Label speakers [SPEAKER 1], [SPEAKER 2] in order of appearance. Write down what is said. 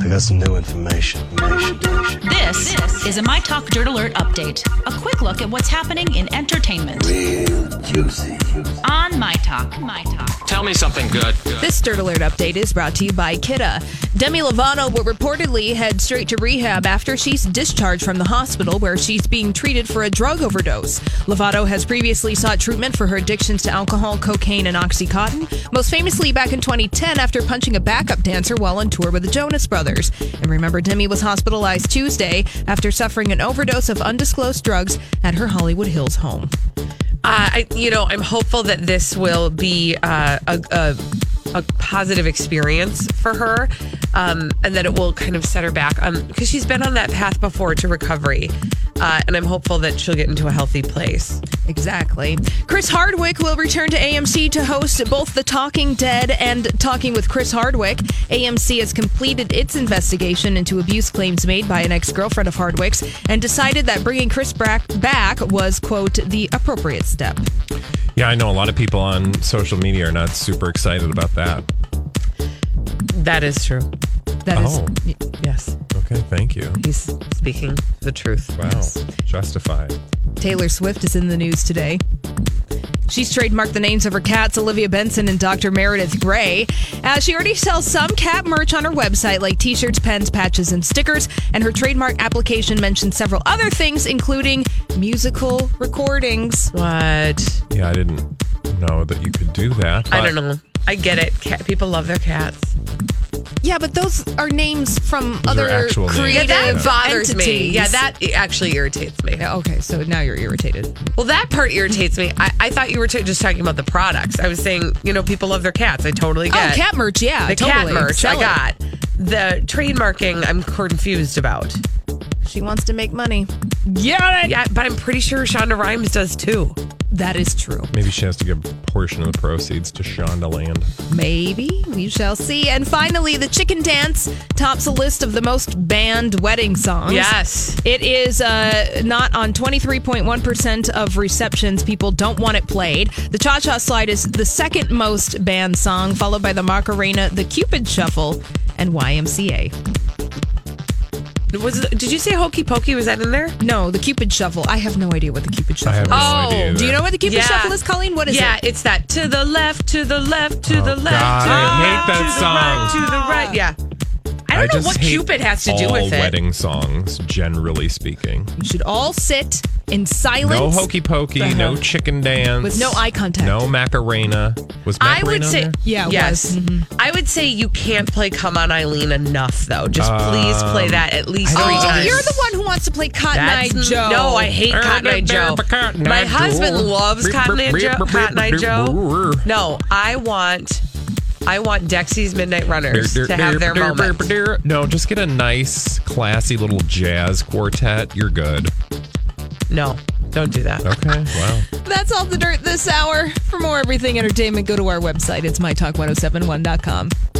[SPEAKER 1] I got some new information. information, information.
[SPEAKER 2] This is a My Talk Dirt Alert update. A quick look at what's happening in entertainment
[SPEAKER 1] Real juicy.
[SPEAKER 2] on My Talk. My Talk.
[SPEAKER 3] Tell me something good.
[SPEAKER 4] This Dirt Alert update is brought to you by Kidda. Demi Lovano will reportedly head straight to rehab after she's discharged from the hospital where she's being treated for a drug overdose. Lovato has previously sought treatment for her addictions to alcohol, cocaine, and Oxycontin, most famously back in 2010 after punching a backup dancer while on tour with the Jonas Brothers. And remember, Demi was hospitalized Tuesday after suffering an overdose of undisclosed drugs at her Hollywood Hills home.
[SPEAKER 5] Uh, I, you know, I'm hopeful that this will be uh, a, a, a positive experience for her, um, and that it will kind of set her back because she's been on that path before to recovery, uh, and I'm hopeful that she'll get into a healthy place.
[SPEAKER 4] Exactly. Chris Hardwick will return to AMC to host both The Talking Dead and Talking with Chris Hardwick. AMC has completed its investigation into abuse claims made by an ex girlfriend of Hardwick's and decided that bringing Chris Brack back was, quote, the appropriate step.
[SPEAKER 6] Yeah, I know a lot of people on social media are not super excited about that.
[SPEAKER 5] That is true.
[SPEAKER 4] That is.
[SPEAKER 6] Oh.
[SPEAKER 4] y-
[SPEAKER 5] Yes,
[SPEAKER 6] Okay, thank you.
[SPEAKER 5] he's speaking the truth.
[SPEAKER 6] Wow, justified.
[SPEAKER 4] Taylor Swift is in the news today. She's trademarked the names of her cats, Olivia Benson and Dr. Meredith Gray. Uh, she already sells some cat merch on her website, like t shirts, pens, patches, and stickers. And her trademark application mentions several other things, including musical recordings.
[SPEAKER 5] What?
[SPEAKER 6] Yeah, I didn't know that you could do that.
[SPEAKER 5] I don't
[SPEAKER 6] but-
[SPEAKER 5] know. I get it. Cat, people love their cats.
[SPEAKER 4] Yeah, but those are names from
[SPEAKER 6] are
[SPEAKER 4] other
[SPEAKER 6] actual names.
[SPEAKER 4] creative
[SPEAKER 6] Yeah,
[SPEAKER 5] That bothers me.
[SPEAKER 4] entities.
[SPEAKER 5] Yeah, that actually irritates me.
[SPEAKER 4] Yeah, Okay, so now you're irritated.
[SPEAKER 5] Well, that part irritates me. I, I thought you were t- just talking about the products. I was saying, you know, people love their cats. I totally get
[SPEAKER 4] Oh, cat merch, yeah.
[SPEAKER 5] the
[SPEAKER 4] totally.
[SPEAKER 5] cat merch.
[SPEAKER 4] Sell it.
[SPEAKER 5] I got the trademarking. I'm confused about.
[SPEAKER 4] She wants to make money.
[SPEAKER 5] Yeah, but I'm pretty sure Shonda Rhimes does too.
[SPEAKER 4] That is true.
[SPEAKER 6] Maybe she has to give a portion of the proceeds to Shondaland.
[SPEAKER 4] Maybe we shall see. And finally, the chicken dance tops a list of the most banned wedding songs.
[SPEAKER 5] Yes.
[SPEAKER 4] It is uh, not on 23.1% of receptions. People don't want it played. The Cha Cha Slide is the second most banned song, followed by the Macarena, the Cupid Shuffle, and YMCA.
[SPEAKER 5] Was did you say Hokey Pokey? Was that in there?
[SPEAKER 4] No, the Cupid Shuffle. I have no idea what the Cupid
[SPEAKER 6] I
[SPEAKER 4] Shuffle
[SPEAKER 6] have
[SPEAKER 4] is.
[SPEAKER 6] no
[SPEAKER 5] Oh,
[SPEAKER 6] idea.
[SPEAKER 4] Do you
[SPEAKER 6] either.
[SPEAKER 4] know what the Cupid
[SPEAKER 5] Yeah.
[SPEAKER 4] Shuffle is, Colleen? What is
[SPEAKER 5] yeah,
[SPEAKER 4] it?
[SPEAKER 5] it's that to the left, to the left, to
[SPEAKER 6] Oh,
[SPEAKER 5] the left,
[SPEAKER 6] God,
[SPEAKER 5] to the
[SPEAKER 6] I
[SPEAKER 5] left,
[SPEAKER 6] hate that
[SPEAKER 5] to
[SPEAKER 6] song.
[SPEAKER 5] the right, to the right. Yeah. Ah. I don't
[SPEAKER 6] I
[SPEAKER 5] know
[SPEAKER 6] just
[SPEAKER 5] what
[SPEAKER 6] hate
[SPEAKER 5] Cupid has to do
[SPEAKER 6] all
[SPEAKER 5] with it.
[SPEAKER 6] wedding songs, generally speaking.
[SPEAKER 4] You should all sit in
[SPEAKER 6] No
[SPEAKER 4] silence.
[SPEAKER 6] hokey pokey, no chicken dance,
[SPEAKER 4] With no eye contact.
[SPEAKER 6] no macarena. Was
[SPEAKER 5] I
[SPEAKER 6] macarena
[SPEAKER 5] would
[SPEAKER 6] on
[SPEAKER 5] say
[SPEAKER 6] there? Mm-hmm.
[SPEAKER 4] Yeah, it
[SPEAKER 5] yes.
[SPEAKER 4] was.
[SPEAKER 5] I would say you can't play "Come On Eileen" enough, though. Just please play
[SPEAKER 6] Um,
[SPEAKER 5] that at least three
[SPEAKER 4] Oh,
[SPEAKER 5] times.
[SPEAKER 4] you're the one who wants to play Cotton Eye
[SPEAKER 5] That's
[SPEAKER 4] Joe.
[SPEAKER 5] no, I hate Cotton Eye Joe.
[SPEAKER 6] Cotton Eye
[SPEAKER 5] My
[SPEAKER 6] Joe.
[SPEAKER 5] husband loves
[SPEAKER 6] Beep,
[SPEAKER 5] Cotton Eye
[SPEAKER 6] beep,
[SPEAKER 5] Joe.
[SPEAKER 6] beep, beep,
[SPEAKER 5] Cotton Eye
[SPEAKER 6] beep,
[SPEAKER 5] Joe.
[SPEAKER 6] beep, beep.
[SPEAKER 5] No, I want, I want Dexy's Midnight Runners to have their moment.
[SPEAKER 6] No, just get a nice, classy little jazz quartet. You're good.
[SPEAKER 5] No, don't do that.
[SPEAKER 6] Okay. Wow.
[SPEAKER 4] That's all the dirt this hour. For more everything entertainment, go to our website. It's mytalk1071.com.